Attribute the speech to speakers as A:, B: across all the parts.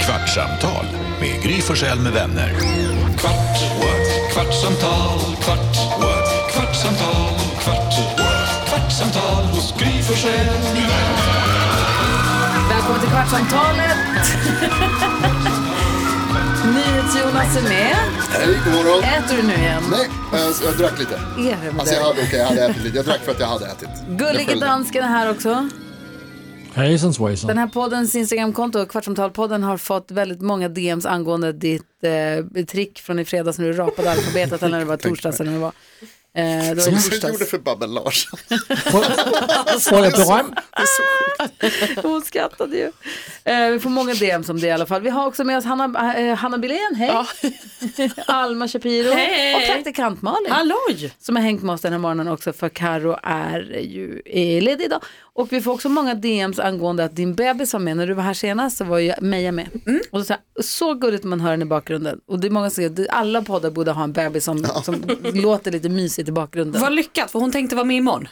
A: Kvartsamtal med Gry Forssell med vänner.
B: Kvart, what? kvartsamtal, kvart, what? kvartsamtal, kvart, what? kvartsamtal hos Gry Forssell med vänner.
C: Välkommen till Kvartsamtalet! NyhetsJonas är med.
D: Hej, god morgon.
C: Äter du nu igen?
D: Nej, jag, jag drack lite.
C: Är det
D: Alltså jag
C: det?
D: hade, okej, jag hade ätit lite. Jag drack för att jag hade ätit. Jag
C: Mm. Gullige
D: skällde.
C: dansken är här också.
E: Hejsan svejsan.
C: Den här poddens Instagramkonto, Kvartsamtalpodden, har fått väldigt många DMs angående ditt eh, trick från i fredags när du rapade alfabetet eller när det var torsdags eller när det var. Eh, det var
D: Som
C: i
D: du gjorde
C: torsdags.
D: för Babbel Larsson.
E: Får, får jag beröm?
C: Hon skrattade ju. Eh, vi får många DMs om det i alla fall. Vi har också med oss Hanna, eh, Hanna Billén, hej. Alma Shapiro
F: Hej.
C: och praktikant Malin.
F: Halloj!
C: som har hängt med oss den här morgonen också för Karo är ju eh, ledig idag. Och vi får också många DMs angående att din bebis var med. När du var här senast så var ju Meja med.
F: Mm.
C: Och så, här, så gulligt man hör den i bakgrunden. Och det är många som säger att det- alla poddar borde ha en bebis som, som låter lite mysigt i bakgrunden.
F: Vad lyckat, för hon tänkte vara med imorgon.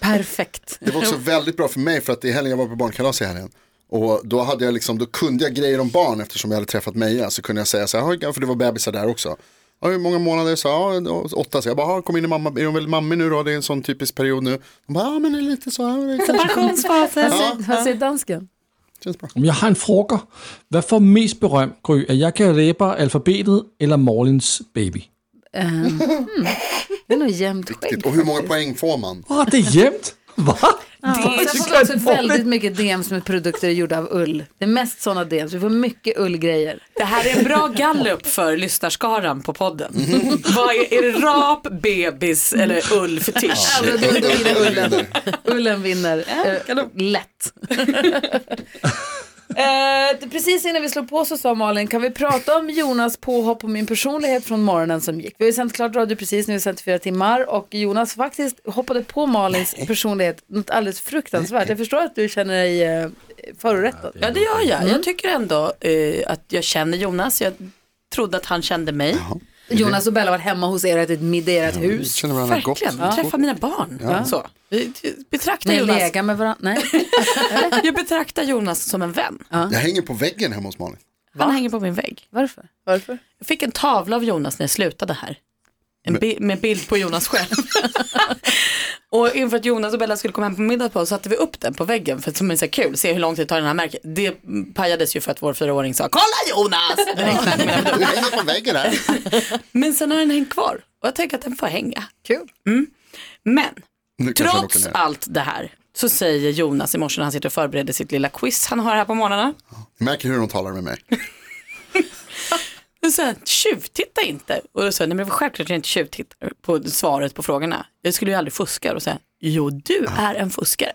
C: Perfekt.
D: Det var också väldigt bra för mig för att i helgen jag var på barnkalas i helgen. Och då, hade jag liksom, då kunde jag grejer om barn eftersom jag hade träffat Meja. Så kunde jag säga så här, "Ja, för det var bebisar där också. Ja, hur många månader? Så, ja, åtta. Så jag bara, "Ja, kom in i mamma, är hon väl mamma nu då? Det är en sån typisk period nu. De bara, ja men det är lite så här, det kanske
C: Vad
F: Pensionsfasen.
C: säger, vad säger dansken?
D: känns bra.
E: Om Jeg har en fråga. Hvad får mest berøm, Gry? At jeg kan læbe alfabetet eller Morlins baby?
C: Det är nog jämnt skägg.
D: Och hur många poäng får man?
E: Åh, det er jævnt. Hvad?
C: Och Sen får vi också väldigt mycket DMs med produkter gjorda av ull. Det är mest sådana DMs. Vi får mycket ullgrejer.
F: Det här är en bra gallup för lyssnarskaran på podden. Vad är, är det rap, bebis eller ullfetisch?
C: Ja, men Alltså, då- då vinner ullen.
D: Ullen.
C: Ullen vinner. Eh, lätt. Eh, det- precis innan vi slår på så sa Malin, kan vi prata om Jonas påhopp på min personlighet från morgonen som gick? Vi har ju sänt klart radio precis nu, vi har sänt i fyra timmar och Jonas faktiskt hoppade på Malins personlighet något alldeles fruktansvärt. Jag förstår att du känner dig eh, förorättad.
G: Ja det gör jag. Jag tycker ändå eh, att jag känner Jonas. Jag trodde att han kände mig.
C: Jonas och Bella var hemma hos er och ätit middag i ert hus.
D: Känner varandra gott.
G: Verkligen. Jag träffar mina barn. Så. Vi- vi Betraktar
C: Ni har
G: Jonas.
C: legat med varandra. Nej.
G: Jag betraktar Jonas som en vän.
D: Jag hänger på väggen hemma hos Malin.
G: Han hänger på min vägg.
C: Varför? Varför?
G: Jag fick en tavla av Jonas när jag slutade här. En bi- med bild på Jonas själv. och inför att Jonas och Bella skulle komma hem på middag på oss satte vi upp den på väggen för att som är så här kul, se hur lång tid tar den här märket. Det pajades ju för att vår fyraåring sa, kolla Jonas! Direkt när han kom hem.
D: Du hänger på väggen här.
G: Men sen har den hängt kvar och jag tänker att den får hänga. Mm.
C: Kul.
G: Men
D: Nu kanske han åker
G: Trots
D: ner.
G: allt det här så säger Jonas i morse när han sitter och förbereder sitt lilla quiz han har här på morgnarna.
D: Jag märker hur hon talar med mig.
G: Då säger han, tjuvtitta inte. Och då säger jag, nej men det var självklart att jag inte tjuvtittar på svaret på frågorna. Jag skulle ju aldrig fuska och säga, jo du är en fuskare.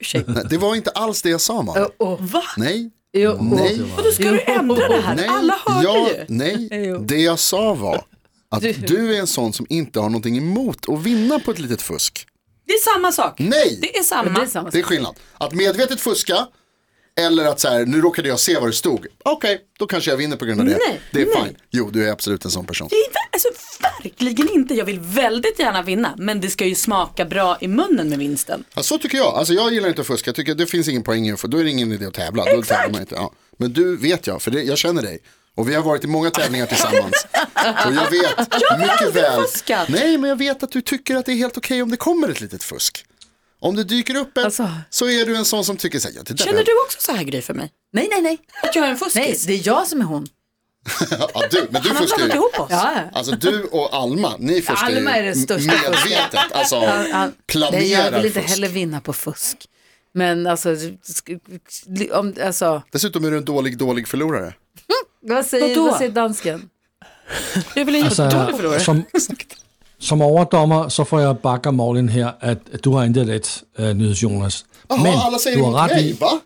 G: Ursäkta.
D: Nej, det var inte alls det jag sa Malin.
G: Va?
D: Nej,
C: Jo,
D: nej,
G: Då ska du ändra det här.
D: nej.
G: Oh. Alla hörde
D: ja,
G: ju.
D: Nej, det jag sa var att du är en sån som inte har någonting emot att vinna på ett litet fusk.
G: Det är samma sak.
D: Nej,
G: Det är samma.
C: det är samma
D: det är
C: sak.
D: skillnad. Att medvetet fuska eller att så här, nu råkade jag se vad det stod. Okej, då kanske jag vinner på grund av det.
G: Nej,
D: det är
G: nej.
D: fine. Jo, du är absolut en sån person.
G: Det är ver- alltså, verkligen inte. Jag vill väldigt gärna vinna. Men det ska ju smaka bra i munnen med vinsten.
D: Ja, så tycker jag. Alltså, jag gillar inte att fuska. Jag tycker det finns ingen poäng i att få. Då är det ingen idé att tävla. Då tävlar man inte. Ja. Men du vet jag, för det, jag känner dig. Och vi har varit i många tävlingar tillsammans. Och jag vet mycket väl.
G: fuskat.
D: Nej, men jag vet att du tycker att det är helt okej om det kommer ett litet fusk. Om det dyker upp ett,
C: Alltså.
D: så är du en sån som tycker så här, ja, det där
G: Känner du också så här Gry för mig?
C: Nej, nej, nej.
G: Att jag är en
C: Nej,
G: fuskis?
C: det är jag som är hon.
D: Ja, du, men du
G: Han har
D: fuskar
G: blandat
D: ju.
G: ihop oss.
C: Ja.
D: Alltså du och Alma, ni fuskar
C: Alma är den
D: ju
C: största
D: medvetet. Alltså
C: Han- Nej, jag
D: planerar
C: vill inte
D: fusk.
C: heller vinna på fusk. Men alltså, sk- sk- om, alltså
D: Dessutom är du en dålig, dålig förlorare.
C: vad, säger,
G: Vadå?
C: vad säger dansken?
G: Jag vill inte
E: Altså,
G: alltså, dålig förlorare.
E: som, som overdommer, så får jeg bakke Morlin her, at, at du har intet let, uh, nyheds Jonas.
D: Jaha, alla säger
E: du har
D: emot
E: ret
D: mig,
E: i,
D: va?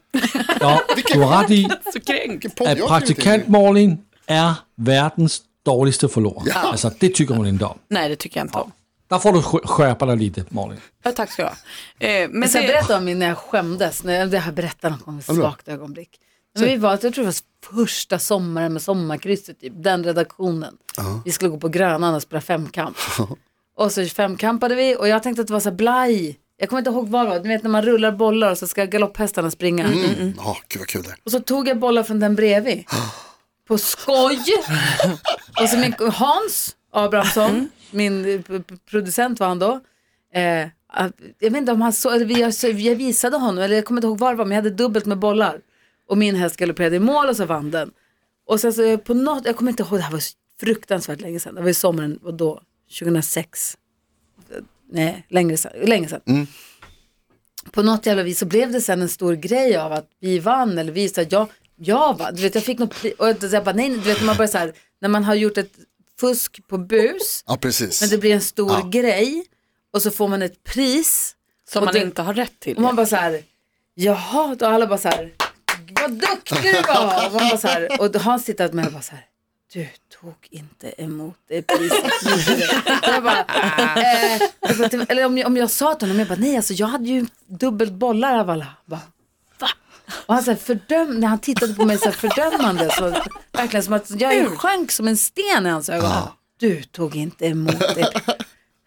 E: ja, du har ret i,
G: Så kränkt.
D: Vilken podd
E: at
D: jag har klivit in i.
E: praktikant Morlin er verdens dårligste forlor.
D: Ja.
E: Altså, det tykker hun ikke om.
G: Nej det tycker jag inte om.
E: Der får du skö- skärpa dig lite, Morlin.
G: Ja, tack ska du ha. Eh, men
C: Jag ska
G: det-
C: berätta om min när jag skämdes. När jag, det har jag berättat någon gång, ett svagt ögonblick. Men vi var, jag tror det var första sommaren med sommarkrysset, typ, den redaktionen. Vi skulle gå på Grönan och spela femkamp. och så femkampade vi och jag tänkte att det var så här blaj Jag kommer inte ihåg vad det var, du vet när man rullar bollar och så ska galopphästarna springa.
D: Mm. Ah, gud vad kul det är.
C: Och så tog jag bollar från den bredvid. På skoj. och så min Hans Abrahamsson, min eh, p- p- producent var han då. Eh, att- jag vet inte om han så, eller vi- jag, så- jag visade honom, eller jag kommer inte ihåg var det var, men jag hade dubbelt med bollar. Och min häst galopperade i mål och så vann den. Och sen så eh, på något, jag kommer inte ihåg, det här var så fruktansvärt länge sedan. Det var i sommaren, och då, 2006. Eh, Nej, längre sedan. Länge sedan på något jävla vis så blev det sen en stor grej av att vi vann eller vi sa ja, jag vann. Du vet jag fick något, pri- och jag, jag bara nej, nej." du vet när man börjar så här, när man har gjort ett fusk på bus,
D: Ja, precis.
C: men det blir en stor grej och så får man ett pris
G: Som
C: Och
G: man
C: det-
G: inte har rätt till.
C: och man bara så här, jaha, då alla bara så här, vad duktig du var. Och, man bara så här, och han sitter med och bara så här, du tog inte emot det priset. Och jag bara, eh, jag bara, till- eller om jag, om jag sa till honom, jag bara, nej alltså jag hade ju dubbelt bollar av alla. Jag Bara, Va? Och han så här fördöm, när han tittade på mig så här fördömande, så, verkligen som att jag sjönk som en sten i hans ögon. Du tog inte emot det.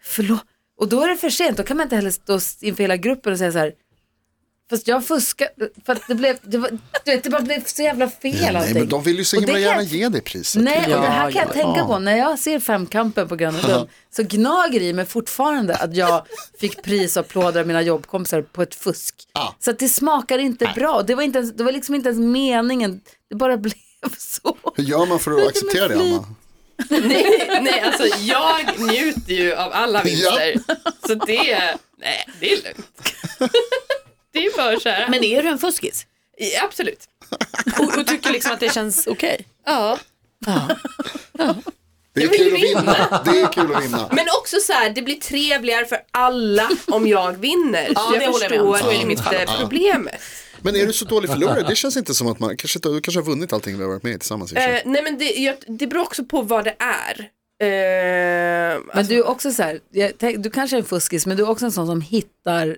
C: Förlåt. Och då är det för sent, då kan man inte heller stå inför hela gruppen och säga så här, Fast jag fuskar för att det blev, det var, du vet det bara blev så jävla fel
D: Nej,
C: allting.
D: men de vill ju så
C: Och det
D: himla
C: kan
D: gärna
C: jag-
D: ge dig priset.
C: Nej, och det här kan jag
G: ja,
C: tänka på. När jag ser Femkampen på Gröna Lund så gnager det i mig fortfarande att jag fick pris och applåder av mina jobbkompisar på ett fusk. Så att det smakar inte bra. Det var, inte ens, det var liksom inte ens meningen. Det bara blev så.
D: Hur gör man för att acceptera det, Anna?
H: Nej, nej, alltså jag njuter ju av alla vinster. Så det, nej, det är lugnt. Det är bara så här.
G: Men är du en fuskis?
H: Ja, absolut.
G: Och, och tycker liksom att det känns okej?
H: Ja.
D: Det är
H: vill
D: kul att
H: vinna.
D: vinna. Det är kul att vinna.
H: Men också så här, det blir trevligare för alla om jag vinner. Så
G: det
H: jag
G: håller jag med om.
H: förstår
G: Ja, i mitt
H: inte problemet.
D: Men är du så dålig förlorare? Det känns inte som att man, kanske, inte- du kanske har vunnit allting vi har varit med i tillsammans. i och för sig.
H: Eh, nej men det, jag, det beror också på vad det är. Eh,
C: Men du är också så här, jag, tänk- du kanske är en fuskis men du är också en sån som hittar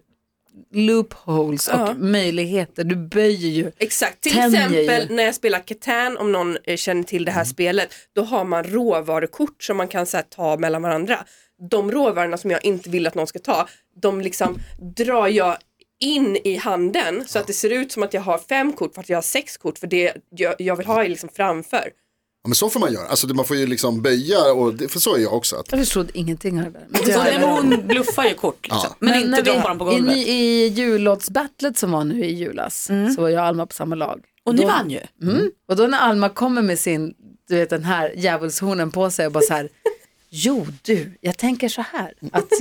C: loopholes och möjligheter. Du böjer ju.
H: Exakt, till
C: Tänjer
H: exempel
C: ju.
H: när jag spelar Catan om någon eh, känner till det här spelet då har man råvarukort som man kan så här, ta mellan varandra. De råvarorna som jag inte vill att någon ska ta, de liksom drar jag in i handen så att det ser ut som att jag har fem kort för att jag har sex kort för det jag, jag vill ha är liksom framför.
D: Ja, men så får man göra. Alltså, man får ju liksom böja, och det, för så är jag också. Att,
C: Jag förstod ingenting av det där.
G: Så hon, Alltså, hon bluffar ju kort liksom. Men, inte
C: när vi-
G: droppar dem på golvet. Mm.
C: I, ny- i jullåtsbattlet som var nu i julas så var jag och Alma på samma lag.
G: och ni vann ju.
C: Mm. Och då när Alma kommer med sin, du vet den här djävulshornen på sig och bara så här, jo du, jag tänker så här, att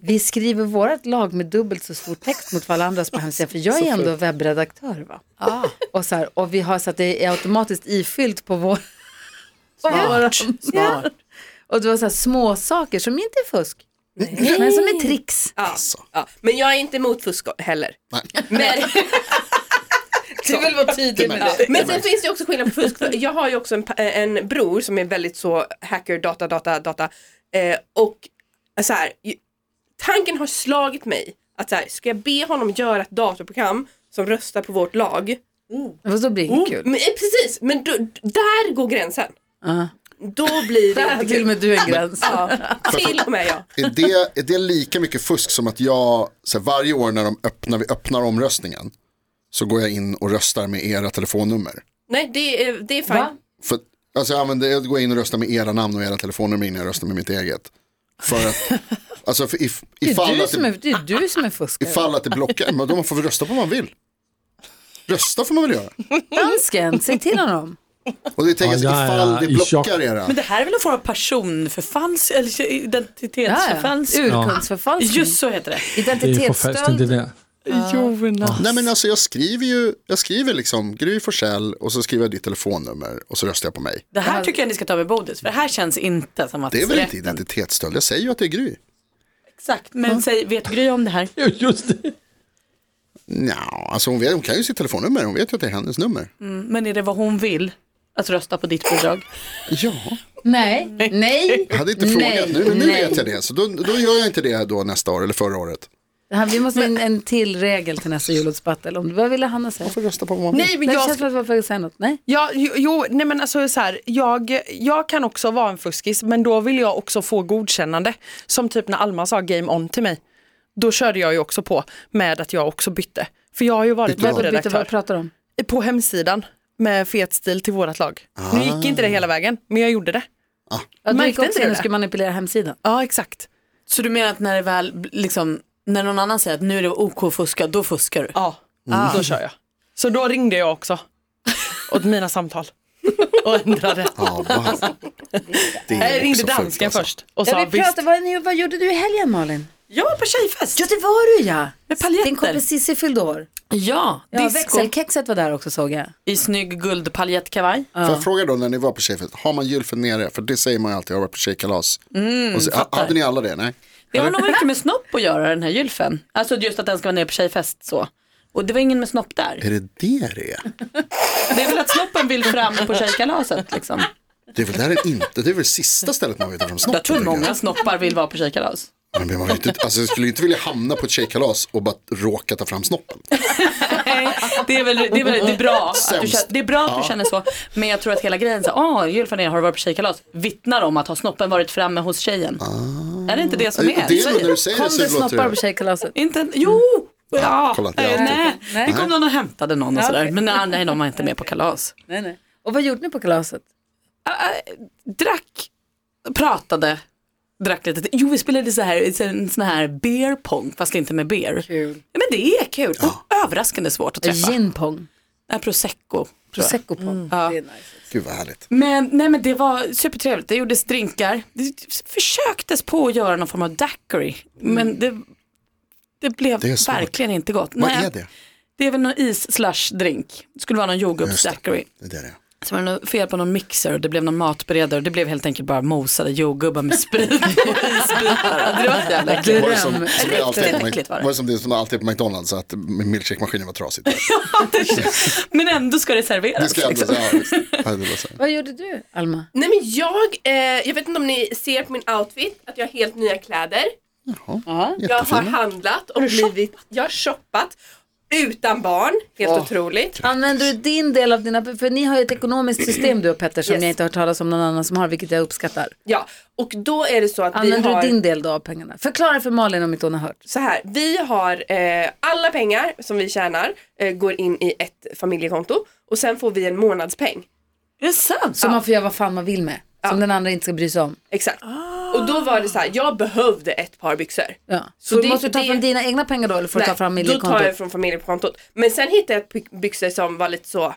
C: vi skriver vårt lag med dubbelt så stor text mot vad alla andras på hemsidan, för jag är ändå webbredaktör va? Och, så här, och vi har så att det är automatiskt ifyllt på vår... på våra- Ja. Och det var så här små saker som inte är fusk, men som är tricks.
H: Ja, ja. Men jag är inte emot fusk heller. Men,
C: Du vill vara tydlig med
H: Ja, Men sen finns det också skillnad på fusk. För Jag har ju också en, pa- eh, en bror som är väldigt så hacker, data, data, data. Eh, och så här, ju- tanken har slagit mig att så här, ska jag be honom göra ett datorprogram som röstar på vårt lag?
C: Fast då blir det kul.
H: Men, eh, precis, men då, där går gränsen.
C: Ja.
H: Då blir det
C: Där hade till
H: inte
C: och
H: kul.
C: med du en gräns.
H: Ja, till och med jag.
D: är, det, är det lika mycket fusk som att jag, så här, varje år när, de öppnar, vi öppnar omröstningen, så går jag in och röstar med era telefonnummer.
H: Nej, det, är- det är fine.
C: Va?
D: För, att- alltså, jag, använder, jag går in och röstar med era namn och era telefonnummer innan jag röstar med mitt eget. För att, alltså, för if,
C: Det är,
D: ifall,
C: du
D: att
C: som
D: det,
C: är, det är du som är fuskare.
D: ifall att det blockar, men då får vi rösta på vad man vill. Rösta får man väl göra.
C: Dansken, säg till honom.
D: Och det tänker jag,
E: Ja,
D: så,
E: jag är
D: ifall det
E: i chock.
D: blockar era.
G: Men det här är väl en form av personförfals eller
C: Ja, ja.
G: identitetsförfalskning?
C: Urkundsförfalskning.
G: Just så heter det.
E: Det är forfalskning det
C: Identitetsstöld.
E: där.
G: Jonas.
D: Nej men alltså jag skriver ju, jag skriver liksom Gry Forssell och så skriver jag ditt telefonnummer och så röstar jag på mig.
G: Det här tycker jag ni ska ta med bordet för det här känns inte som att
D: Det är väl inte
G: rätt-
D: identitetsstöld, jag säger ju att det är Gry.
G: Exakt, men säg, vet Gry om det här?
E: Ja, Just det.
D: Nja, alltså hon, vet, hon kan ju sitt telefonnummer, hon vet ju att det är hennes nummer.
G: Men är det vad hon vill? Att rösta på ditt bidrag?
D: Ja,
C: Nej, nej.
D: jag hade inte
C: Nej,
D: frågat nu, men nu
C: nej.
D: vet jag det. Så då, då gör jag inte det då nästa år eller förra året.
C: Det här, vi måste ha en, en till regel till nästa jullåtsbattle. Om- Vad ville Hanna säga?
D: Man får rösta på vad man vill.
I: Nej, men
C: Nej, det
I: jag,
C: känns som att jag var på väg att säga något. Nej.
I: Ja, jo, jo, nej men alltså så här, jag, jag kan också vara en fuskis men då vill jag också få godkännande. Som typ när Alma sa game on till mig. då körde jag ju också på med att jag också bytte. För jag har ju varit
D: Bytte vad?
C: Vadå bytte,
I: webbredaktör
C: vad pratar du om?
I: på hemsidan med fet stil till vårt lag. Nu
D: Ah.
I: gick inte det hela vägen, men jag gjorde det.
C: Ja, du
I: Märkte
C: gick också
I: inte
C: in
I: du
C: och
I: det?
C: skulle manipulera hemsidan.
I: Ja, exakt.
G: Så du menar att när det väl, liksom, när någon annan säger att nu är det OK fuska, då fuskar du?
I: Ja, Ah. då kör jag. Så då ringde jag också åt mina samtal och ändrade.
D: Ja, vad- det är
I: Jag ringde
D: också sjukt,
I: dansken
D: alltså.
I: först och sa
C: Ja, vi
I: visst.
C: pratar, vad, ni- vad gjorde du i helgen Malin?
G: Ja, på tjejfest!
C: Ja det var du ja.
G: Med paljetter.
C: Din kompis Cissi fyllde år.
G: Ja,
C: Ja,
G: disco
C: växelkexet var där också såg jag.
G: i snygg guldpaljettkavaj.
D: Får jag fråga då när ni var på tjejfest, har man gylfen nere? För det säger man ju alltid, jag har varit på tjejkalas. och så, ha- hade ni alla det? Nej?
G: Det har nog mycket med snopp att göra den här gylfen. Alltså just att den ska vara nere på tjejfest så. Och det var ingen med snopp där.
D: Är det det det är?
G: Det är väl att snoppen vill fram på tjejkalaset liksom.
D: Det är väl det här är inte, det är väl sista stället man vill ta fram snoppen.
G: Jag tror
D: tänker
G: många snoppar vill vara på tjejkalas.
D: Men man vill inte, alltså, jag skulle ju inte vilja hamna på ett tjejkalas och bara råka ta fram snoppen.
G: Nej, det är väl det är, väl, det är bra att du,
D: Sämst.
G: känner- det är bra att du känner så. Men jag tror att hela grejen, så här, åh, Gylfen har varit på tjejkalas, vittnar om att ha snoppen varit framme hos tjejen. Är det inte det som
D: Ah. Det
G: är?
D: är väl när du säger
C: Kom
D: det
C: det
D: så låter
C: snoppar på
D: det.
C: tjejkalaset?
G: Inte, jo! Mm. Ja,
D: kolla, det är
G: nej,
D: alltid-
G: nej. det kom någon och hämtade någon och sådär.
C: okej.
G: Men nej, nej, de var inte med på kalas.
C: Nej, nej. Och vad gjorde ni på kalaset?
G: Drack, pratade, drack lite. Jo, vi spelade så här, en sån här beer pong, fast inte med beer.
C: Kul.
G: Ja, men det är kul. Och överraskande svårt att träffa.
C: Ginpong.
G: Nej, prosecco. tror jag.
C: Prosecco-pong. Det är nice.
D: Gud vad härligt.
G: Men, nej, men det var supertrevligt. Det gjordes drinkar. Det försöktes på att göra någon form av daiquiri. Men det, det blev
D: Det är svårt.
G: verkligen inte gott.
D: Vad
G: nej,
D: är det?
G: det är väl någon is slash drink. Det skulle vara någon
D: Just det.
G: jordgubbs-daiquiri.
D: Det är det det är.
G: Så var det något fel på någon mixer och det blev någon matberedare. Det blev helt enkelt bara mosade jordgubbar med sprit och isbitar. Det var så jävla äckligt.
D: Var det som, som det alltid, är på
G: äckligt var
D: Mc-
G: det.
D: var det som det som alltid är på McDonalds, så att milkshake-maskinen var trasig.
G: Men ändå ska det serveras.
D: Det ska jag ändå
G: liksom.
D: säga. Ja, visst. Ja, det var så här.
C: Vad gjorde du Alma?
H: Nej men jag, eh, jag vet inte om ni ser på min outfit att jag har helt nya kläder.
C: Ja.
H: Jag har
D: Jättefina.
H: handlat och blivit, jag har shoppat utan barn, helt otroligt.
C: Använder du din del av dina, för ni har ju ett ekonomiskt system du och Petter som
H: Yes.
C: jag inte har hört talas om någon annan som har, vilket jag uppskattar.
H: Ja, och då är det så att vi
C: Använder
H: har...
C: du din del då av pengarna? Förklara för Malin om inte hon har hört.
H: så här, vi har eh, alla pengar som vi tjänar eh, går in i ett familjekonto och sen får vi en månadspeng.
G: Är det sant?
C: Så man får göra vad fan man vill med. Som den andra inte ska bry sig om.
H: Exakt. Och då var det så här, jag behövde ett par byxor.
C: Ja. Så,
H: Så
C: du
H: det-
C: måste ta
H: det-
C: från dina egna pengar då eller får du ta
H: Nej,
C: från
H: Då tar
C: familjekontot?
H: jag från familjekontot. Men sen hittade jag by- byxor som var lite så,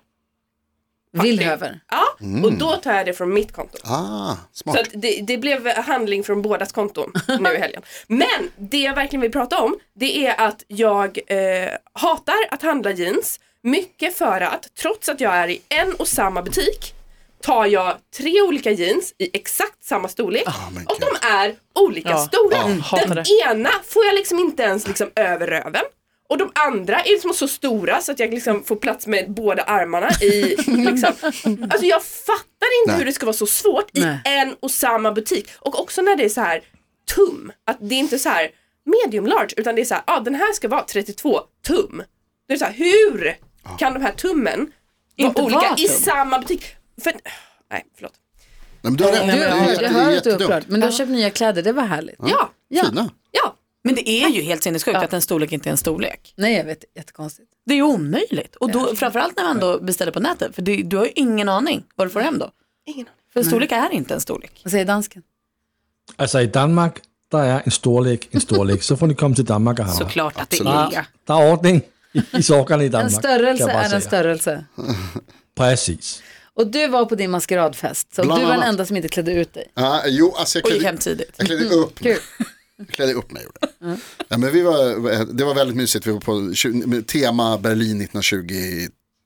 C: Villhöver.
H: ja, och då tar jag det från mitt konto.
D: Ah, smart.
H: Så att det, det blev handling från bådas konton nu i helgen. Men det jag verkligen vill prata om det är att jag eh, hatar att handla jeans. Mycket för att trots att jag är i en och samma butik tar jag tre olika jeans i exakt samma storlek
D: Ah, men
H: och
D: gud.
H: de är olika stora.
I: hatar
H: Den ena får jag liksom inte ens liksom över röven. Och de andra är liksom så stora så att jag liksom får plats med båda armarna i liksom. Alltså jag fattar inte
D: Nej.
H: hur det ska vara så svårt i
C: Nej.
H: en och samma butik. Och också när det är så här tum, att det är inte så här medium large utan det är så här, ja ah, den här ska vara 32 tum. Det är så här, hur kan de här tummen
G: Inte
H: vara olika
G: vara
H: i
G: tum.
H: samma butik? För, nej, förlåt.
D: Nej, men du har rätt, det
C: Du,
D: är
C: jag,
D: jätte-
C: jag
D: det är
C: hör att du är upprörd.
D: jättedumt.
C: Men du har köpt nya kläder, det var härligt.
H: Ja,
D: Fina.
H: ja.
G: Men det är ju helt sinnessjukt att en storlek inte är en storlek.
C: Nej jag vet, jättekonstigt.
G: Det är ju omöjligt. Och då, framförallt när man då beställer på nätet, för det, du har ju ingen aning vad du får hem då.
H: Ingen aning.
G: För en storlek är inte en storlek.
C: Vad säger dansken?
E: Altså i Danmark, der er en storlæg, en storlæg. Så får de komme til Danmark og hamre.
G: Såklart att det
D: Absolut.
G: är.
E: Der er ordning i, i sokkerne i Danmark.
C: En störelse
E: kan jeg bare
C: är en
E: sige.
C: störelse.
E: Præcis.
C: Och du var på din maskeradfest, så
D: Bland
C: du var den
D: annat.
C: enda som inte klädde ut dig.
D: Ah, jo, alltså jag
G: Och gick
D: klädde,
G: hem tidigt.
D: Jag klädde upp mig. Jag klädde upp mig gjorde jag. ja, men vi var, Det var väldigt mysigt. Vi var på 20, med tema Berlin 1920.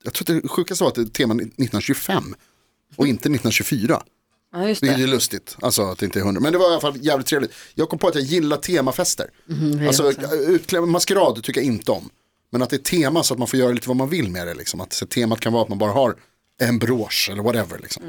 D: Jag tror att det sjukaste var att det tema 1925 och inte 1924.
C: Ja just
D: Vilket
C: det.
D: är lustigt, alltså att det inte är hundra. Men det var i alla fall jävligt trevligt. Jag kom på att jag gillar temafester. alltså utklämd maskerad tycker jag inte om. Men att det är tema så att man får göra lite vad man vill med det. Liksom. Att så, temat kan vara att man bara har en brosch eller whatever. Liksom.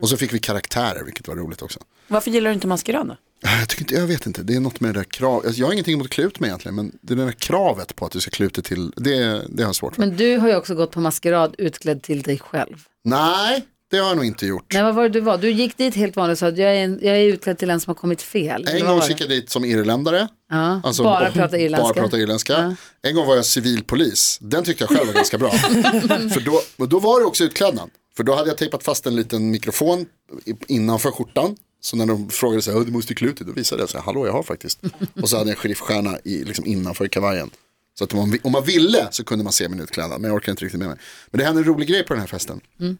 D: Och så fick vi karaktärer, vilket var roligt också.
G: Varför gillar du inte maskerad då?
D: Äh, Jag, tycker inte, jag vet inte, det är något med det där kravet. Alltså, jag har ingenting emot att klä ut mig egentligen, men det är det där kravet på att du ska klä ut dig till, det, det har jag svårt för.
C: Men du har ju också gått på maskerad utklädd till dig själv.
D: Nej, Det har jag nog inte gjort.
C: Nej, vad var det du var? Du gick dit helt vanligt och sa att jag är, en, jag är utklädd till en som har kommit fel. Eller
D: En
C: vad
D: gång
C: var det?
D: gick jag dit som irländare.
C: Ja,
D: Alltså,
C: bara
D: och-
C: prata irländska.
D: Bara prata irländska. En gång var jag civilpolis. Den tyckte jag själv var ganska bra. för då, men då var det också utklädnad. För då hade jag tejpat fast en liten mikrofon i- innanför skjortan. Så när de frågade så här, "Åh, du måste ju klä ut dig, då visade jag så här, hallå jag har faktiskt. Och så hade jag en sheriffstjärna i, liksom innanför kavajen. Så att om man, vi- om man ville så kunde man se min utklädnad, men jag orkade inte riktigt med mig. Men det hände en rolig grej på den här festen.
C: Mm.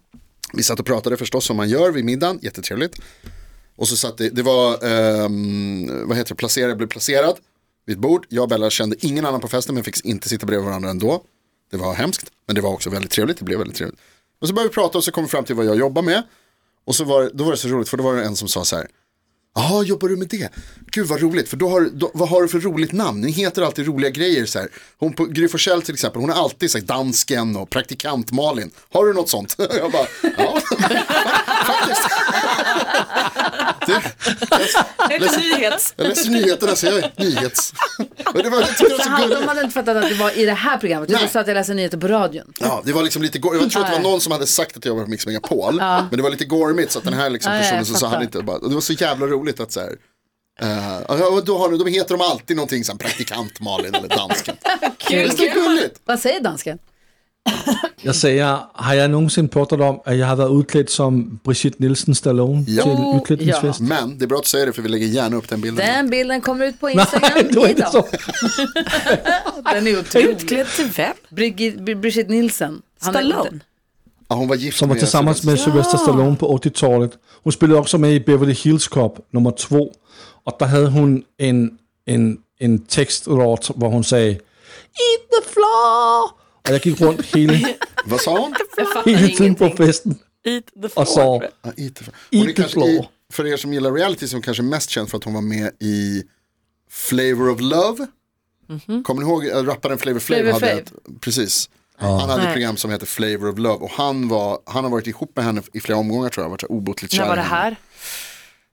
D: Vi satt och pratade förstås som man gör vid middagen, jättetrevligt. Och så satt det, det var, ehm, vad heter det, placerad, blev placerad vid ett bord. Jag och Bella kände ingen annan på festen men fick inte sitta bredvid varandra ändå. Det var hemskt, men det var också väldigt trevligt, det blev väldigt trevligt. Och så började vi prata och så kom vi fram till vad jag jobbar med. Och så var, det- då var det så roligt, för då var det en som sa så här, Jaha, jobbar du med det? Gud vad roligt, för då har, då, vad har du för roligt namn? Ni heter alltid roliga grejer så här. Hon på Gry Forssell till exempel, hon har alltid sagt dansken och praktikant Malin. Har du något sånt? Jag bara, ja, faktiskt. Det,
F: Ett nyhets.
D: jag läser nyheterna så jag är nyhets. Men det var, jag tyckte det var så
C: Jaha,
D: gulligt.
C: de hade inte fattat att det var i det här programmet. Du
D: Nej.
C: sa att jag läser nyheter på radion.
D: Ja, det var liksom lite gormigt. Jag tror att det var
C: Nej.
D: någon som hade sagt att jag jobbar på Mix Megapol. Men det var lite gormigt så att den här liksom
C: Ja, ja, jag
D: personen som sa
C: fattar.
D: han inte bara, och det var så jävla roligt att så här. eh, ja, och då har du, de heter de alltid någonting som praktikant Malin eller dansken. det är så gulligt.
C: Vad säger dansken?
E: Jeg sagde, har jeg nogensinde påstået om, at jeg har været udklædt som Brigitte Nielsen Stallone
D: Ja.
E: til
C: Oh,
E: en udklædningsfest?
D: Men det är bra att du säger det för vi lägger gärna upp den bilden.
C: Den bilden kommer ut på
E: Nej,
C: Instagram
E: det var inte
C: idag.
E: så.
C: Den är otrolig.
G: Utklädd till vem?
C: Brigitte- Bri- Brigitte Nielsen. Han är
G: Stallone?
C: inte-
D: Ja, hon var gift
E: Som var
D: med
E: tillsammans med Sylvester Stallone på 80-talet. Hon spelade också med i Beverly Hills Cop nummer två. Och där hade hon en, en, en textrad där hon sa Eat the floor! Och jag gick runt hela,
D: Vad sa hon?
F: Jag fattar
E: hela tiden på
F: ingenting.
E: festen
G: Eat the
E: och sa
D: Ja, IT. Hon
E: IT
D: är kanske
E: flow.
D: i, för er som gillar reality som kanske mest känd för att hon var med i Flavor of Love. Kommer ni ihåg eh, rapparen Flavor Flav?
C: Flavor
D: hade
C: Flav.
D: Ett, precis. Han hade ett program som hette Flavor of Love och han, var, han har varit ihop med henne i flera omgångar tror jag, varit så här obotligt kär.
I: När var
D: i
I: det
D: henne.
I: här?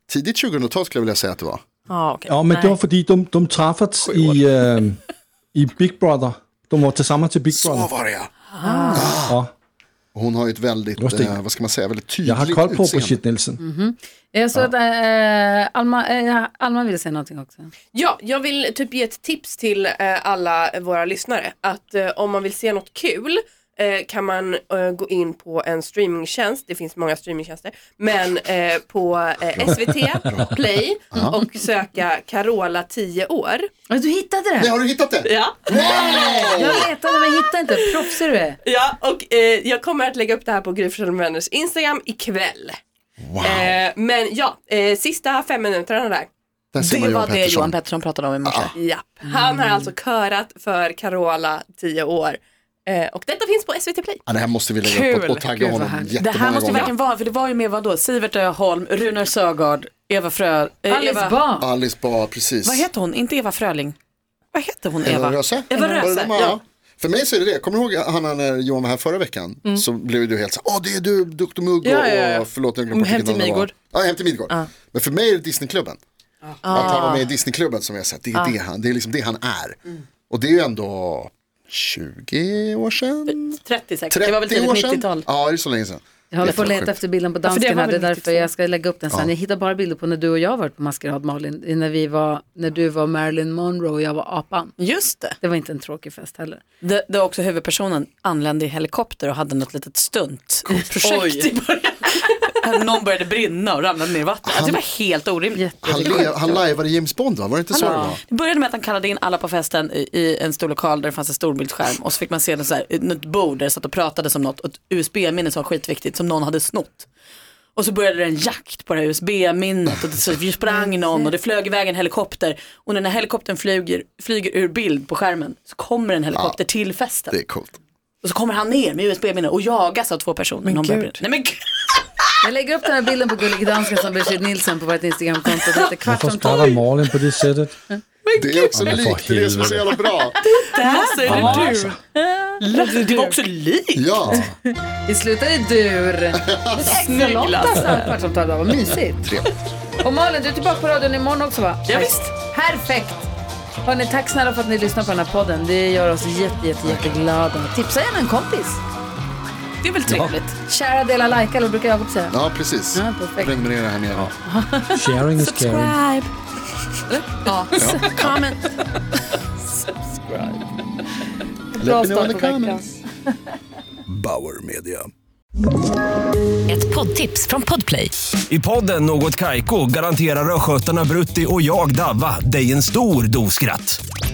D: Tidigt 2000-tal skulle jag vilja säga att det var.
I: Ah, okay.
E: Ja, men det var fordi de, de träffades i, øh, i Big Brother. De var tillsammans i Big
D: Så
E: Brother.
D: var det ja.
E: Ja.
D: Och Hon har ju ett väldigt,
E: Just det.
D: eh, vad ska man säga, väldigt tydligt
E: Jag har koll på
D: utseende.
E: Brigitte Nielsen.
C: Jag såg att eh, Alma, eh, Alma ville säga någonting också.
H: Ja, jag vill typ ge ett tips till eh, alla våra lyssnare att eh, om man vill se något kul eh, kan man eh, gå in på en streamingtjänst, det finns många streamingtjänster, men eh, på eh, SVT Play och söka Carola 10 år.
C: Ja, Du hittade det?
D: Nej, har du hittat det?
H: Ja.
C: Jag letade men hittade inte. Proffsig du är.
H: Ja, och eh, jag kommer att lägga upp det här på Gry Forssell med vänners Instagram ikväll. Eh, men ja, eh, sista fem minuterna där.
D: Där ser man
G: Det var
D: Johan
G: det Johan
D: Pettersson.
G: Pettersson pratade om i morse.
H: Japp. Han har alltså körat för Carola 10 år. Eh, och detta finns på SVT Play.
D: Ja, det här måste vi lägga upp
I: Kul.
D: och tagga
C: Gud, vad
D: honom
C: härligt.
D: jättemånga
G: Det här måste
D: gånger.
G: verkligen vara, för det var ju med vadå? Sivert Öholm, Runar Sögaard, Eva Frö... eh,
C: Alice
G: Eva,
C: barn.
D: Alice Bah, precis.
G: Vad heter hon? Inte Eva Fröling. Vad heter hon
D: Eva
G: Eva?
D: Röse?
G: Eva
D: Var det
G: Röse,
D: de här?
G: ja.
D: För mig så är det det. Kommer du ihåg Hanna när Johan var här förra veckan? Så blev ju du helt så här, åh det är du, Duktig Mugg och,
I: Ja, ja, ja.
D: och förlåt nu glömde jag bort
I: Hem
D: vilken
I: till
D: annan det var.
I: Midgård.
D: Ja, Hem till Midgård. Men för mig är det Disneyklubben. Att han var med i Disneyklubben som jag sett, det är, det, han, det är liksom det han är. Och det är ju ändå 20 år sedan.
G: 30 säkert.
D: 30
G: Det var väl
D: år
G: tidigt
D: sedan.
G: 90-tal.
D: Ja, det är så länge sedan.
C: Jag håller på att
D: Jättesjukt.
C: leta efter bilden på
I: det
C: dansken
I: var
C: här. Det är
I: väl
C: därför jag ska lägga upp den sen. Jag hittar bara bilder på när du och jag varit på maskerad Malin. När, vi var, när du var Marilyn Monroe och jag var apan.
G: Just det.
C: Det var inte en tråkig fest heller.
G: det. Det var också huvudpersonen anlände i helikopter och hade något litet stuntprojekt i början. Någon började brinna och ramlade ner i vattnet. Alltså, det var helt orimligt.
D: Han, le- han lajvade James Bond va? Var det inte så det var?
G: Det började med att han kallade in alla på festen i, i en stor lokal där det fanns en storbildsskärm och så fick man se något, så här, eh, något bord där det satt och pratade som något och ett USB-minne som var skitviktigt som någon hade snott. Och så började det en jakt på det här USB-minnet och det så sprang någon och det flög iväg en helikopter och när den här helikoptern flyger, flyger ur bild på skärmen så kommer en helikopter till festen
D: Det är coolt.
G: och så kommer han ner med USB-minnet och jagas av två personer. Men
I: gud.
G: Nej men gud.
C: Jag lägger upp den här bilden på gullig dansken som Brigitte Nielsen på vårt Instagramkonto. Det heter kvart
E: Hvorfor
C: om
E: starter
C: tolv.
E: Morlin på det sættet?
D: Det är också
E: Men för
D: likt, det är det som är så jävla bra.
G: Alltså, Det, var också likt.
D: Ja,
C: Vi slutar i dur. Snygglottas kvart om tolv. Vad mysigt.
D: trevligt.
C: Och Malin, du är tillbaka på radion imorgon också va?
G: Ja, visst.
C: Perfekt. Hörrni, tack snälla för att ni lyssnar på den här podden. Det gör oss jätte, jätte, jätteglada. Tipsa gärna en kompis.
F: Det är väl trevligt.
C: Kära dela lajka, eller brukar Jakob säga.
D: Ja, precis.
C: Ja, perfekt.
D: Prenumerera här nere.
E: Sharing is caring.
G: Subscribe. Ja, comment.
C: Bra start på veckan.
A: Bauer Media.
J: Ett poddtips från Podplay.
K: I podden Något Kaiko garanterar östgötarna Brutti och jag, Davva, dig en stor dos skratt.